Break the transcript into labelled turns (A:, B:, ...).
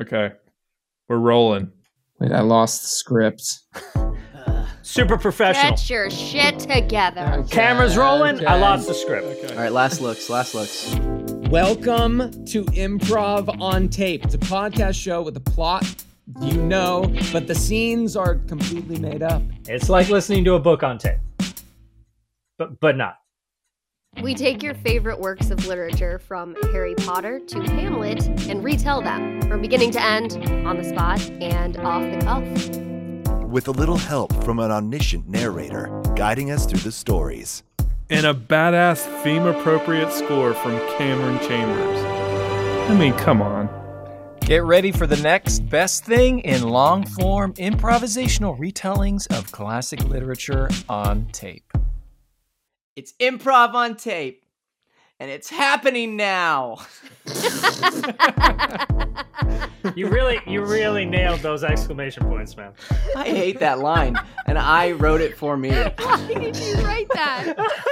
A: Okay. We're rolling.
B: Wait, I lost the script.
C: Super professional.
D: Get your shit together.
C: Cameras rolling. I lost the script.
A: Okay.
E: All right, last looks, last looks.
B: Welcome to Improv on Tape. It's a podcast show with a plot you know, but the scenes are completely made up.
C: It's like listening to a book on tape, but but not.
D: We take your favorite works of literature from Harry Potter to Hamlet and retell them from beginning to end, on the spot and off the cuff.
F: with a little help from an omniscient narrator guiding us through the stories.
A: And a badass theme appropriate score from Cameron Chambers. I mean, come on.
G: Get ready for the next best thing in long form improvisational retellings of classic literature on tape.
E: It's improv on tape, and it's happening now.
C: You really you really nailed those exclamation points, man.
E: I hate that line, and I wrote it for me.
D: Why did you write that?